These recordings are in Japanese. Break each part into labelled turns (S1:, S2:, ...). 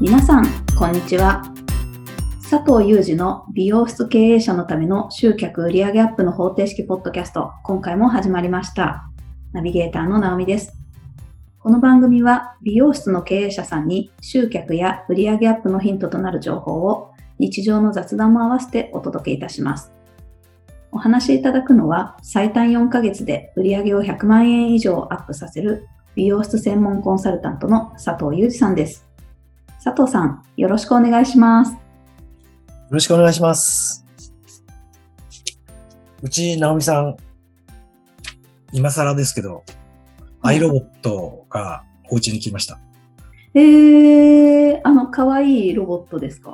S1: 皆さん、こんにちは。佐藤祐二の美容室経営者のための集客売上アップの方程式ポッドキャスト、今回も始まりました。ナビゲーターの直美です。この番組は美容室の経営者さんに集客や売上アップのヒントとなる情報を日常の雑談も合わせてお届けいたします。お話しいただくのは最短4ヶ月で売上を100万円以上アップさせる美容室専門コンサルタントの佐藤裕二さんです。佐藤さん、よろしくお願いします。よ
S2: ろしくお願いします。うち、直美さん、今更ですけど、アイロボットがお家に来ました。
S1: えー、あの、かわいいロボットですか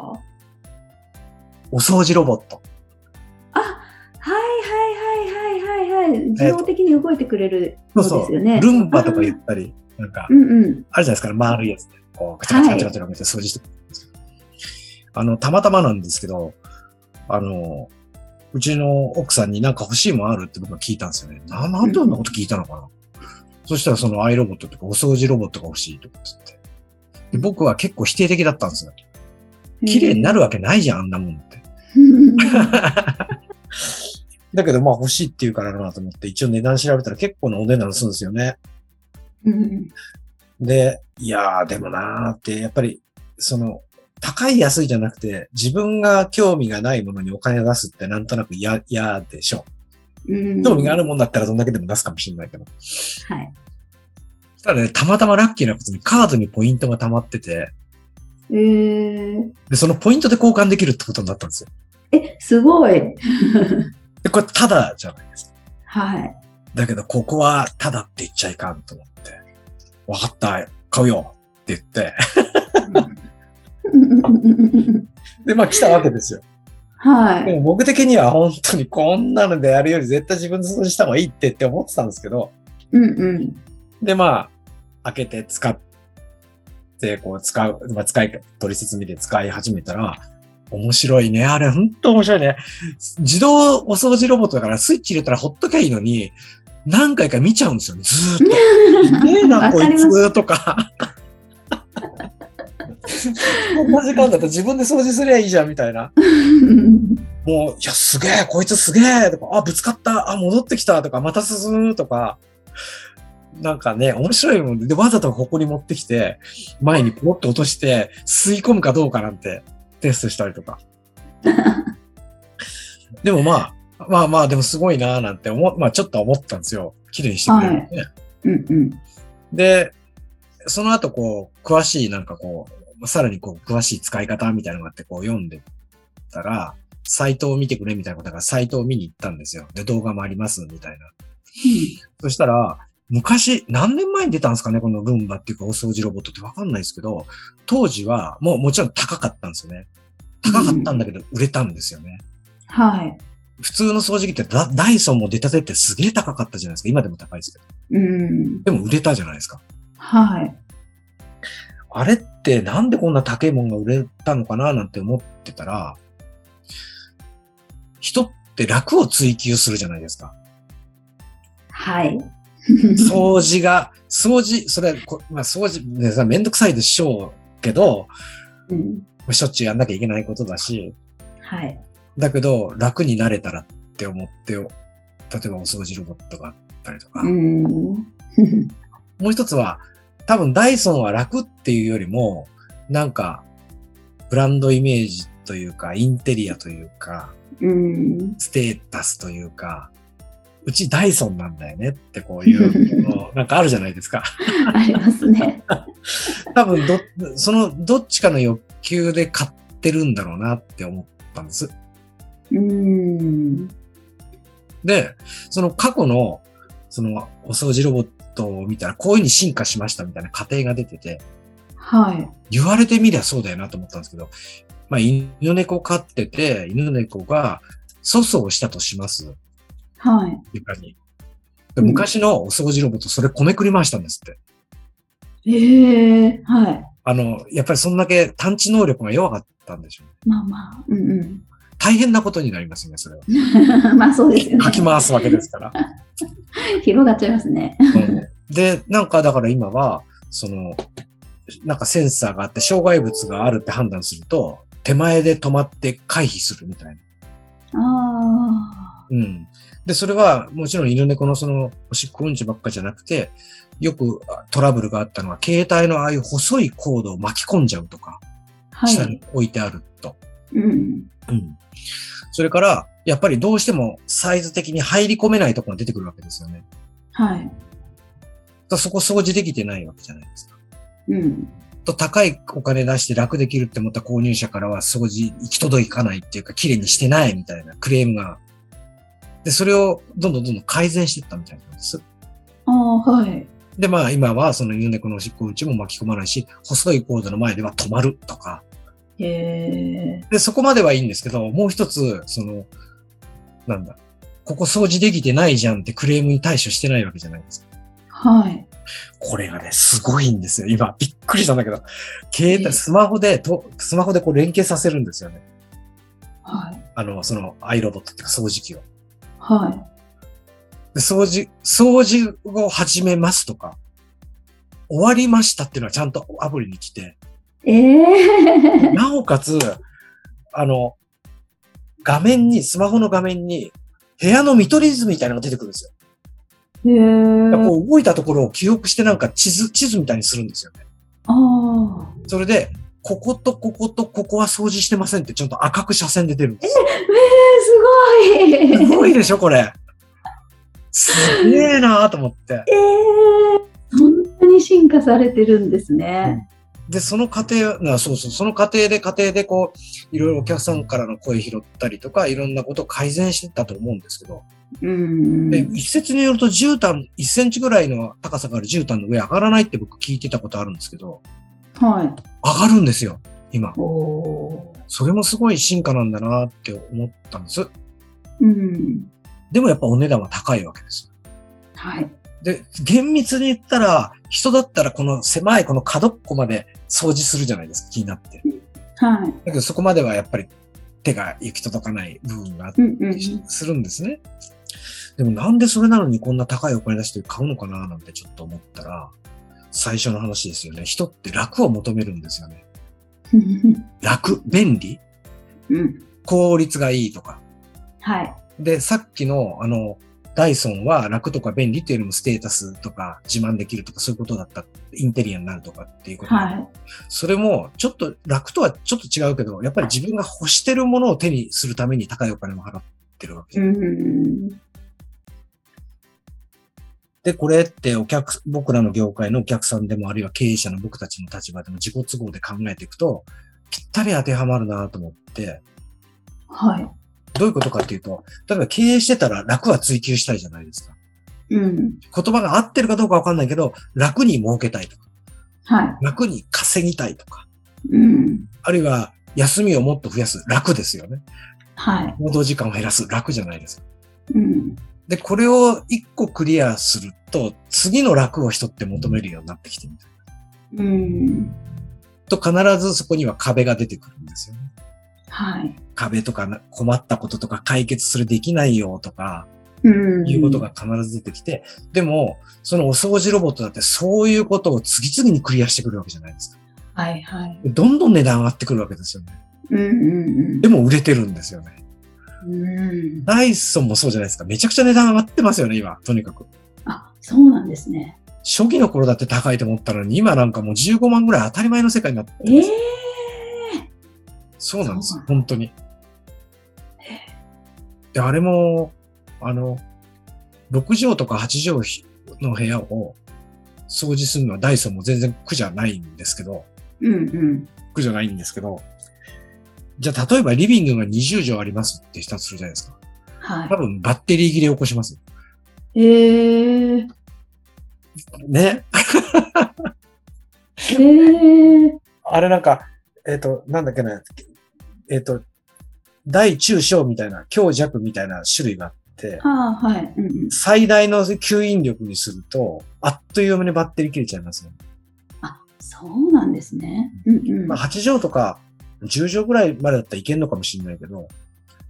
S2: お掃除ロボット。
S1: あ、はいはいはいはいはいはい。自動的に動いてくれるのですよね。
S2: えー、そうそうルンバとか言ったり、なんか、うんうん、あるじゃないですか、丸いやつで、こう、カチャカチャカチャカチャカチャ掃除してくれるんですよ、はい。あの、たまたまなんですけど、あの、うちの奥さんになんか欲しいもんあるって僕は聞いたんですよね。な、なんであんなこと聞いたのかな、うんそしたらそのアイロボットとかお掃除ロボットが欲しいとかつって。で僕は結構否定的だったんですよ。綺麗になるわけないじゃん、あんなもんって。だけどまあ欲しいって言うからなと思って一応値段調べたら結構なお値段するんですよね。で、いやーでもなーってやっぱりその高い安いじゃなくて自分が興味がないものにお金を出すってなんとなく嫌でしょ。興味があるもんだったらどんだけでも出すかもしれないけど。はい。ただね、たまたまラッキーなことにカードにポイントが溜まってて、えー、でそのポイントで交換できるってことになったんですよ。
S1: え、すごい。
S2: でこれただじゃないですか。
S1: はい。
S2: だけど、ここはただって言っちゃいかんと思って、わかった、買うよって言ってで、まあ来たわけですよ。
S1: はい。で
S2: も僕的には本当にこんなのでやるより絶対自分で掃除した方がいいってって思ってたんですけど。。
S1: うんうん
S2: で、まあ、開けて使って、こう使う、まあ、使い、取説見で使い始めたら、面白いね。あれ、本当面白いね。自動お掃除ロボットだからスイッチ入れたらほっときゃいいのに、何回か見ちゃうんですよね。ずーっと。 ねえな、こいつとか。 こんな時間だったら自分で掃除すりゃいいじゃんみたいな。もう、いや、すげえ、こいつすげえとか、あ、ぶつかった、あ、戻ってきたとか、また進むとか、なんかね、面白いもんで、でわざとここに持ってきて、前にポロッと落として、吸い込むかどうかなんてテストしたりとか。でもまあ、まあまあ、でもすごいなーなんて思、まあちょっと思ったんですよ。綺麗にしてくれるね、はい
S1: うんうん。
S2: で、その後こう、詳しいなんかこう、さらにこう、詳しい使い方みたいなのがあって、こう読んでたら、サイトを見てくれみたいなことがサイトを見に行ったんですよ。で、動画もありますみたいな。そしたら、昔、何年前に出たんですかね、このルンバっていうかお掃除ロボットってわかんないですけど、当時はもうもちろん高かったんですよね。高かったんだけど、売れたんですよね。
S1: うん、はい。
S2: 普通の掃除機ってダダイソンも出たてってすげえ高かったじゃないですか。今でも高いですけど。
S1: うん。
S2: でも売れたじゃないですか。
S1: はい。
S2: あれってなんでこんな高いもんが売れたのかななんて思ってたら、人って楽を追求するじゃないですか。
S1: はい。
S2: 掃除が、掃除、それはこ、まあ、掃除、ね、さめんどくさいでしょうけど、 うん、しょっちゅうやんなきゃいけないことだし、
S1: はい。
S2: だけど、楽になれたらって思ってよ、例えばお掃除ロボットがあったりとか。
S1: うん
S2: もう一つは、多分ダイソンは楽っていうよりも、なんか、ブランドイメージというか、インテリアというか、
S1: うん、
S2: ステータスというか、うちダイソンなんだよねってこういうの、なんかあるじゃないですか
S1: ありますね。
S2: 多分ど、そのどっちかの欲求で買ってるんだろうなって思ったんです。
S1: うん。
S2: で、その過去の、そのお掃除ロボットを見たら、こういうふうに進化しましたみたいな過程が出てて、
S1: はい。
S2: 言われてみりゃそうだよなと思ったんですけど、まあ、犬猫飼ってて、犬猫が粗相したとします。
S1: はい。
S2: 床に。昔のお掃除ロボット、それこねくり回したんですって。
S1: ええー、はい。
S2: あの、やっぱりそんだけ探知能力が弱かったんでしょうね。
S1: まあまあ、うんうん。
S2: 大変なことになりますね、それ
S1: は。 まあそうですよね。
S2: かき回すわけですから。
S1: 広がっちゃいますね。
S2: うん、で、なんかだから今は、その、なんかセンサーがあって、障害物があるって判断すると、手前で止まって回避するみたいな。
S1: あ
S2: うん。で、それはもちろん犬猫のそのおしっこうんちばっかじゃなくて、よくあトラブルがあったのは、携帯のああいう細いコードを巻き込んじゃうとか、
S1: あ、は
S2: 下
S1: い
S2: に。置いてあると。
S1: うん。
S2: うん。それから、やっぱりどうしてもサイズ的に入り込めないところが出てくるわけですよね。
S1: はい。
S2: だからそこ掃除できてないわけじゃないですか。
S1: うん。
S2: と高いお金出して楽できるって思った購入者からは掃除行き届かないっていうか、綺麗にしてないみたいなクレームが。で、それをどんどんどんどん改善していったみたいなんです。
S1: ああ、はい。
S2: で、まあ今はその犬猫のおしっこうんちも巻き込まないし、細いコードの前では止まるとか。
S1: へえ。
S2: で、そこまではいいんですけど、もう一つ、その、なんだ、ここ掃除できてないじゃんってクレームに対処してないわけじゃないですか。
S1: はい。
S2: これがね、すごいんですよ。今、びっくりしたんだけど、携
S1: ええ
S2: 帯、スマホでと、スマホでこう連携させるんですよね。
S1: はい。
S2: あの、その、アイロボットっていうか掃除機を。
S1: は
S2: で、掃除、掃除を始めますとか、終わりましたっていうのはちゃんとアプリに来て、
S1: い。ええ。
S2: なおかつ、あの、画面に、スマホの画面に、部屋の見取り図みたいなのが出てくるんですよ。
S1: へ
S2: だから
S1: え。
S2: こう動いたところを記憶してなんか地図、地図みたいにするんですよね。
S1: ああ。
S2: それで、こことこことここは掃除してませんってちゃんと赤く斜線で出るんですよ。
S1: ええ、すごい。
S2: すごいでしょ、これ。すげえなーと思って。
S1: ええそんなに進化されてるんですね。
S2: で、その過程、なそうそう、その過程で過程でこう、いろいろお客さんからの声拾ったりとか、いろんなことを改善してったと思うんですけど、
S1: うん。
S2: で一説によると絨毯、1センチぐらいの高さがある絨毯の上上がらないって僕聞いてたことあるんですけど、
S1: は
S2: 上がるんですよ、今。
S1: い。おお。
S2: それもすごい進化なんだなって思ったんです。
S1: うん。
S2: でもやっぱお値段は高いわけです。
S1: はい。
S2: で、厳密に言ったら、人だったらこの狭いこの角っこまで掃除するじゃないですか、気になって。だ
S1: はい。
S2: けどそこまではやっぱり手が行き届かない部分があっ
S1: うんうんう
S2: た
S1: ん
S2: りしするんですね。でもなんでそれなのにこんな高いお金出して買うのかななんてちょっと思ったら、最初の話ですよね。人って楽を求めるんですよね。
S1: うん
S2: 楽、便利、
S1: うん。
S2: 効率がいいとか。
S1: はい。
S2: で、さっきの、あの、ダイソンは楽とか便利っていうよりもステータスとか自慢できるとかそういうことだった。インテリアになるとかっていうこと。
S1: はい。
S2: それも、ちょっと楽とはちょっと違うけど、やっぱり自分が欲してるものを手にするために高いお金も払ってるわけじ
S1: う
S2: ゃん。
S1: ん。
S2: で、これってお客、僕らの業界のお客さんでもあるいは経営者の僕たちの立場でも自己都合で考えていくと、ぴったり当てはまるなと思って、
S1: は
S2: どういうことかっていうと、例えば経営してたら楽は追求したいじゃないですか。
S1: い。うん。
S2: 言葉が合ってるかどうかわかんないけど、楽に儲けたいとか、
S1: は
S2: 楽に稼ぎたいとか、
S1: い。うん。
S2: あるいは休みをもっと増やす、楽ですよね。
S1: はい。
S2: 労働時間を減らす、楽じゃないですか。
S1: うん。
S2: で、これを一個クリアすると、次の楽を人って求めるようになってきてみたい
S1: うん。
S2: と、必ずそこには壁が出てくるんですよね。
S1: はい。
S2: 壁とかな困ったこととか解決それできないよとか、
S1: うん。
S2: いうことが。必ず出てきて、でも、そのお掃除ロボットだってそういうことを次々にクリアしてくるわけじゃないですか。
S1: はいはい。
S2: どんどん値段上がってくるわけですよね。
S1: うんうん
S2: でも売れてるんですよね。
S1: うん。うん。
S2: ダイソンもそうじゃないですか。めちゃくちゃ値段上がってますよね、今。とにかく。
S1: あ、そうなんですね。
S2: 初期の頃だって高いと思ったのに、今なんかもう15万ぐらい当たり前の世界になってます
S1: ええ
S2: そうなんですよ
S1: そ、
S2: 本当に。で、あれも、あの、6畳とか8畳の部屋を掃除するのはダイソンも全然苦じゃないんですけど、
S1: うん
S2: 苦じゃないんですけど、じゃあ例えばリビングが20畳ありますってしたとするじゃないですか。
S1: うん。は
S2: 多分バッテリー切れ起こしますよ。
S1: い。ええ
S2: ね。
S1: ええ
S2: あれなんか、えっ、と、なんだっけね、えっ、と、大中小みたいな、強弱みたいな種類があって、
S1: ああ、はい。うんうん。
S2: 最大の吸引力にすると、あっという間にバッテリー切れちゃいますね。
S1: あ、そうなんですね。うんうん。
S2: まあ、8畳とか10畳ぐらいまでだったらいけんのかもしれないけど、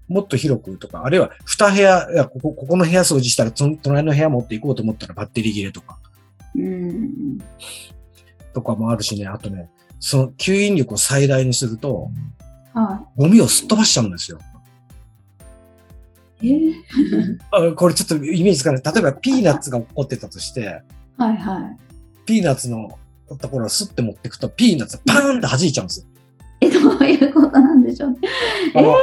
S2: もっと広くとか、あるいは2部屋、いやここ、ここの部屋掃除したら、その隣の部屋持っていこうと思ったらバッテリー切れとか。
S1: うん。
S2: とかもあるしね、あとね、その吸引力を最大にすると、
S1: は
S2: ゴミをすっ飛ばしちゃうんですよ。
S1: い。えー
S2: あこれちょっとイメージつかない。例えばピーナッツが起こってたとして、
S1: はいはい。
S2: ピーナッツのところをスッて持っていくと、ピーナッツがパーンって弾いちゃうんですよ。
S1: え、どういうことなんでしょうね。
S2: あの、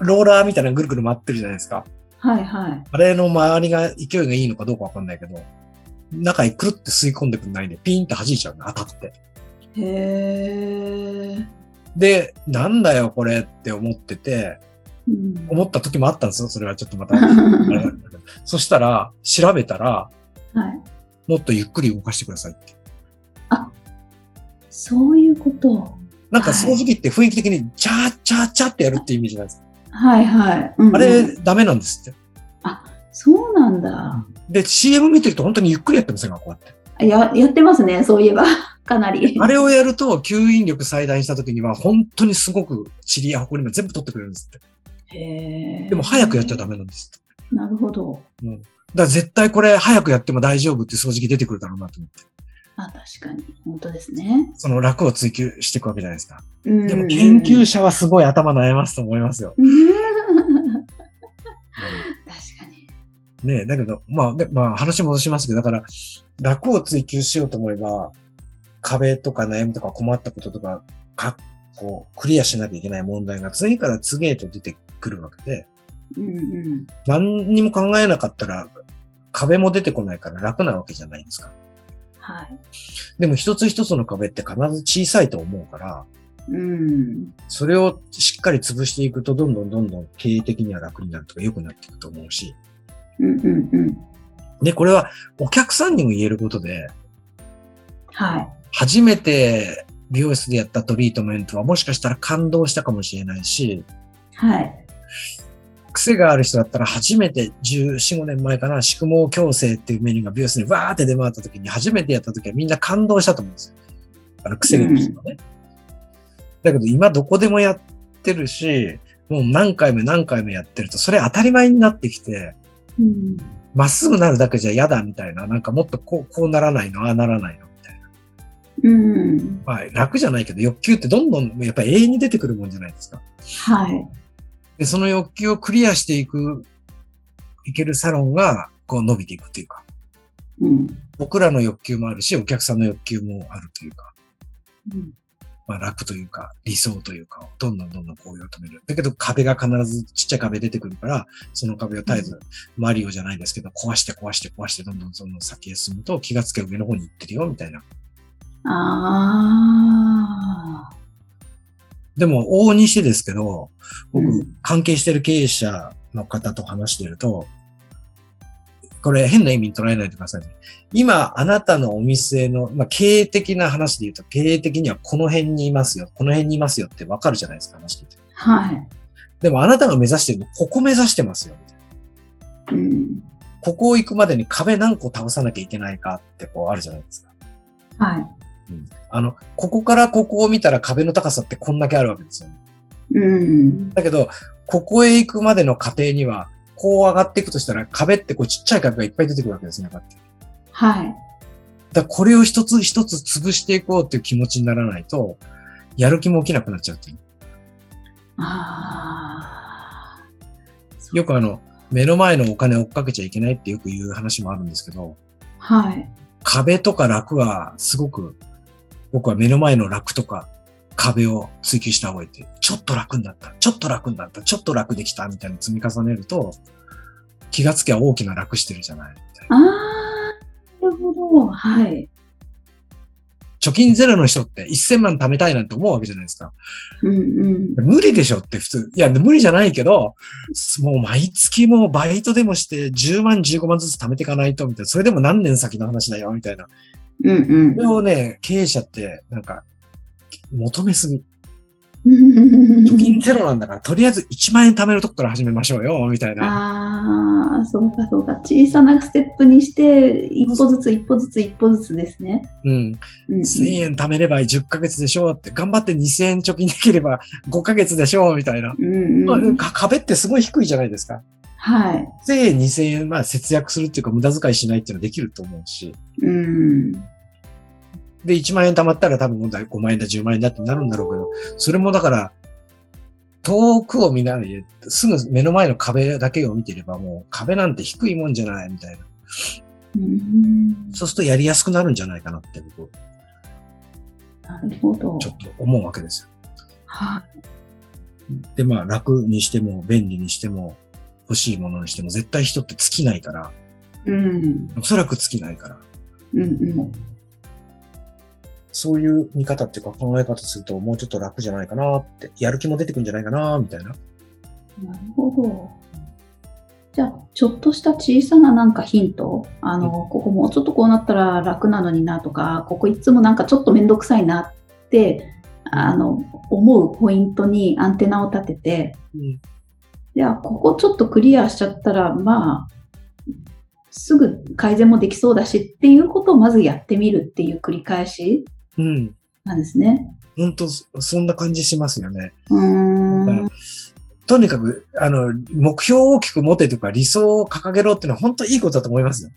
S2: ローラーみたいなのぐるぐる回ってるじゃないですか。
S1: はいはい。
S2: あれの周りが勢いがいいのかどうかわかんないけど、中にくるって吸い込んでくんないで、ピーンって弾いちゃうの、当たって。
S1: へえ。
S2: で、なんだよこれって思ってて、
S1: うん。
S2: 思った時もあったんですよ。それはちょっと また。あれなんだけどそしたら、調べたら、
S1: はい。
S2: もっとゆっくり動かしてくださいって。
S1: そういうこと。
S2: なんか掃除機って雰囲気的に、チャーチャーチャーってやるってイメージなんですか。
S1: はいはい。うんうん
S2: あれ、ダメなんですって。
S1: そうなんだ。
S2: で、CM 見てると本当にゆっくりやってませんかこうやって。
S1: や、やってますね、そういえば。 かなり。
S2: あれをやると、吸引力最大にした時には、本当にすごく塵やホコリも全部取ってくれるんですって。
S1: へえ。
S2: でも早くやっちゃダメなんですって。
S1: なるほど。
S2: だから絶対これ早くやっても大丈夫って掃除機出てくるだろうなと思って。
S1: あ、確かに。本当ですね。
S2: その楽を追求していくわけじゃないですか。
S1: うん
S2: でも研究者はすごい頭悩ますと思いますよ。
S1: うん 確かに。
S2: ねえ、だけど、まあ、でまあ話戻しますけど、だから、楽を追求しようと思えば、壁とか悩みとか困ったこととか、かこう、クリアしなきゃいけない問題が次から次へと出てくるわけで、
S1: うんうん。
S2: 何にも考えなかったら、壁も出てこないから楽なわけじゃないですか。
S1: はい。
S2: でも一つ一つの壁って必ず小さいと思うから、
S1: うん。
S2: それをしっかり潰していくと、どんどんどんどん経営的には楽になるとか良くなっていくと思うし、
S1: うんうんうん。
S2: で、これはお客さんにも言えることで、
S1: は
S2: 初めて美容室でやったトリートメントはもしかしたら感動したかもしれないし、
S1: い。はい。
S2: 癖がある人だったら初めて14、5年前かな、宿毛矯正っていうメニューが美容室にわーって出回った時に初めてやった時はみんな感動したと思うんですよ。あの癖がある人はね。だけど今どこでもやってるし、もう何回も何回もやってるとそれ当たり前になってきて、
S1: うん。
S2: まっすぐなるだけじゃ嫌だみたいな、なんかもっとこう、こうならないの、ああならないのみたいな。
S1: うん。
S2: まあ、楽じゃないけど、欲求ってどんどんやっぱり永遠に出てくるもんじゃないですか。
S1: はい。
S2: で、その欲求をクリアしていく、いけるサロンが、こう伸びていくというか、
S1: うん。
S2: 僕らの欲求もあるし、お客さんの欲求もあるというか、
S1: うん
S2: まあ楽というか、理想というか、どんどんどんどんこういうを止める。だけど壁が必ずちっちゃい壁出てくるから、その壁を絶えず、マリオじゃないですけど、壊して壊して壊して、どんどんどんどん先へ進むと、気がつけば上の方に行ってるよ、みたいな。
S1: ああ。
S2: でも、往々にしてですけど、僕、
S1: うん
S2: 関係してる経営者の方と話してると、これ変な意味に捉えないでくださいね。今、あなたのお店の、まあ、経営的な話で言うと、経営的にはこの辺にいますよ、この辺にいますよってわかるじゃないですか、話聞いて。
S1: は
S2: でも、あなたが目指してるの、ここ目指してますよ。
S1: い。うん。
S2: ここを行くまでに壁何個倒さなきゃいけないかって、こうあるじゃないですか。
S1: は
S2: あの、ここからここを見たら壁の高さってこんだけあるわけですよね。
S1: い。うん。
S2: だけど、ここへ行くまでの過程には、こう上がっていくとしたら、壁ってこうちっちゃい壁がいっぱい出てくるわけですね、こうやって。
S1: はい。
S2: だからこれを一つ一つ潰していこうっていう気持ちにならないと、やる気も起きなくなっちゃうっていう。
S1: ああ。
S2: よくあの、目の前のお金を追っかけちゃいけないってよく言う話もあるんですけど、
S1: はい。
S2: 壁とか楽はすごく、僕は目の前の楽とか壁を追求した方がいいって、ちょっと楽になった、ちょっと楽になった、ちょっと楽できたみたいに積み重ねると、気がつきゃ大きな楽してるじゃない。
S1: ああ。なるほど。はい。
S2: 貯金ゼロの人って1000万貯めたいなんて思うわけじゃないですか。
S1: うんうん。
S2: 無理でしょって普通。いや、無理じゃないけど、もう毎月もうバイトでもして10万、15万ずつ貯めていかないと、みたいな。それでも何年先の話だよ、みたいな。
S1: うん
S2: それをね、経営者って、なんか、求めすぎ。
S1: うん。
S2: 貯金ゼロなんだから、とりあえず1万円貯めるとこから始めましょうよ、みたいな。
S1: ああ、そうかそうか。小さなステップにして、一歩ずつ一歩ずつ一歩ずつですね。
S2: うん。
S1: うんうん
S2: 1000円貯めれば10ヶ月でしょうって、頑張って2000円貯金できれば5ヶ月でしょう、みたいな。
S1: うん
S2: まあ
S1: うん。
S2: か壁ってすごい低いじゃないですか。
S1: はい。
S2: で、2000円、まあ節約するっていうか無駄遣いしないっていうのはできると思うし、
S1: うん。
S2: で、1万円貯まったら多分今度は5万円だ、10万円だってなるんだろうけど、それもだから、遠くを見ないですぐ目の前の壁だけを見ていれば、もう壁なんて低いもんじゃないみたいな。
S1: うん
S2: そうするとやりやすくなるんじゃないかなって僕、
S1: なるほど
S2: ち。ょっと思うわけですよ。
S1: は
S2: で、まあ楽にしても、便利にしても、欲しいものにしても、絶対人って尽きないから、
S1: い。うん。
S2: おそらく尽きないから、
S1: うんうん。
S2: そういう見方っていうか考え方すると、もうちょっと楽じゃないかなって、やる気も出てくるんじゃないかな、みたいな。
S1: なるほど。じゃあ、ちょっとした小さななんかヒント、あの、ここもうちょっとこうなったら楽なのになとか、ここいつもなんかちょっとめんどくさいなって、あの、思うポイントにアンテナを立てて、じゃあ、ここちょっとクリアしちゃったら、まあ、すぐ改善もできそうだしっていうことをまずやってみるっていう繰り返し
S2: うん。
S1: なんですね。
S2: 本当そそんな感じしますよね。
S1: うーん。
S2: だからとにかく、あの、目標を大きく持てとか理想を掲げろっていうのは本当いいことだと思いますよ。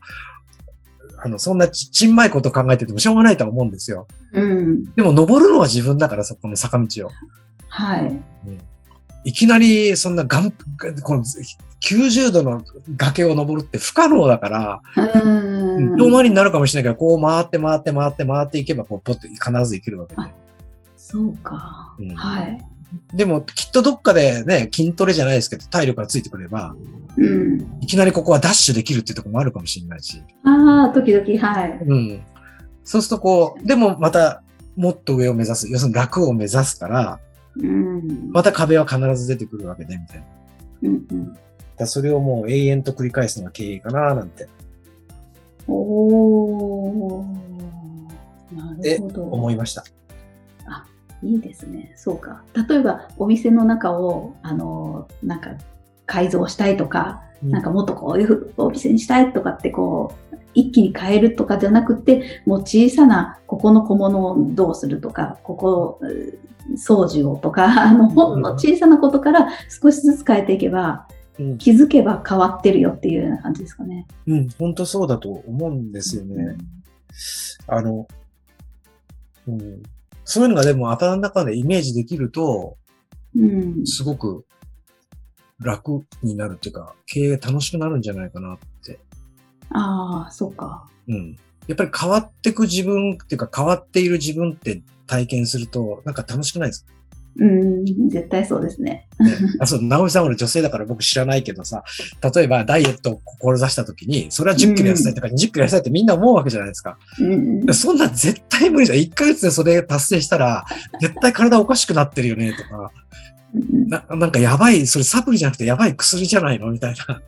S2: あの、そんなちちんまいこと考えててもしょうがないとは思うんですよ。
S1: うん。
S2: でも登るのは自分だから、そこの坂道を。
S1: はい。
S2: いきなり、そんながん、この90度の崖を登るって不可能だから、
S1: うーん。
S2: 遠回りになるかもしれないけど、こう回って回って回って回っていけば、こう、ポッと必ず行けるわけで。
S1: そうか。
S2: うん
S1: はい。
S2: でも、きっとどっかでね、筋トレじゃないですけど、体力がついてくれば、
S1: うん。
S2: いきなりここはダッシュできるっていうところもあるかもしれないし。
S1: ああ、時々、はい。
S2: うん。そうするとこう、でもまた、もっと上を目指す。要するに楽を目指すから、
S1: うん。
S2: また壁は必ず出てくるわけで、みたいな。だか
S1: うんうん、
S2: らそれをもう永遠と繰り返すのが経営かな、なんて
S1: おお。なるほど。
S2: 思いました。
S1: いいですね。そうか。例えば、お店の中を、あの、なんか、改造したいとか、なんかもっとこういうふお店にしたいとかって、こう、一気に変えるとかじゃなくて、もう小さな、ここの小物をどうするとか、ここ、う掃除をとか、あの、ほんの小さなことから少しずつ変えていけば、
S2: うん、
S1: 気づけば変わってるよっていうような感じですかね。
S2: うん、本当そうだと思うんですよね。あの、うん、そういうのがでも頭の中でイメージできると、
S1: うん。
S2: すごく楽になるっていうか、経営が楽しくなるんじゃないかなって。
S1: ああ、そうか。
S2: うん。やっぱり変わってく自分っていうか、変わっている自分って体験すると、なんか楽しくない ですか
S1: うん、絶対そうですね。
S2: ね。あ、そう、直美さん俺女性だから僕知らないけどさ、例えばダイエットを志した時に、それは10キロ痩せたいとか20キロ痩せたいってみんな思うわけじゃないですか。
S1: うん。
S2: そんな絶対無理だ。1ヶ月でそれ達成したら、絶対体おかしくなってるよね、とか。
S1: うん
S2: ななんかやばい、それサプリじゃなくてやばい薬じゃないのみたいな。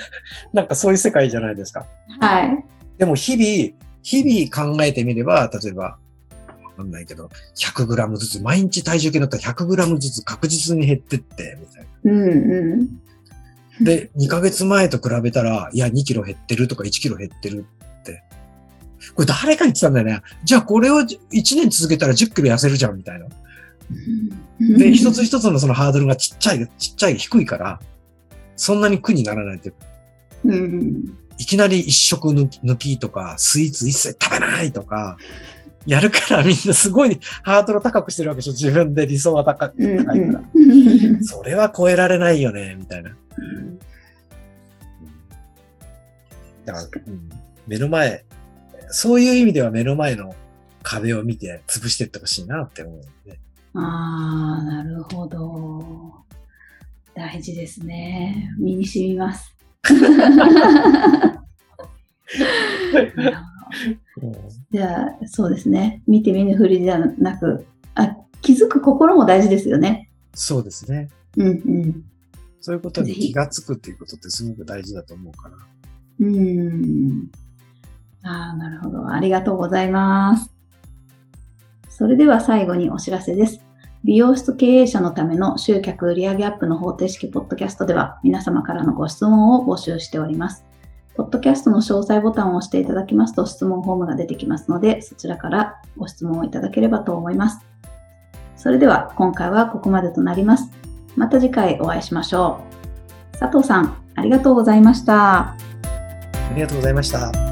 S2: なんかそういう世界じゃないですか。
S1: はい。
S2: でも日々、日々考えてみれば、例えば、わかんないけど、100グラムずつ、毎日体重計に乗ったら100グラムずつ確実に減ってって、みたいな。
S1: うんうん。
S2: で、2ヶ月前と比べたら、いや、2キロ減ってるとか1キロ減ってるって。これ誰か言ってたんだよね。じゃあこれを1年続けたら10キロ痩せるじゃん、みたいな。で、 一つ一つのそのハードルがちっちゃい、ちっちゃい、低いから、そんなに苦にならないっていうか
S1: うん。
S2: いきなり一食抜き抜きとか、スイーツ一切食べないとか、やるからみんなすごいハードルを高くしてるわけでしょ自分で理想は高く
S1: うん
S2: 高いから。
S1: うん。
S2: それは超えられないよね、みたいな。だから、うん目の前、そういう意味では目の前の壁を見て潰していってほしいなって思う、ね。
S1: ああ、なるほど。大事ですね。身に染みます。 いやじゃあ、そうですね。見て見ぬふりじゃなく、あ、気づく心も大事ですよね。
S2: そうですね。
S1: うん
S2: そういうことに気がつくっていうことってすごく大事だと思うから。
S1: うん。うん。ああ、なるほど。ありがとうございます。それでは最後にお知らせです。美容室経営者のための集客売上アップの方程式ポッドキャストでは皆様からのご質問を募集しております。ポッドキャストの詳細ボタンを押していただきますと質問フォームが出てきますので、そちらからご質問をいただければと思います。それでは今回はここまでとなります。また次回お会いしましょう。佐藤さん、ありがとうございました。
S2: ありがとうございました。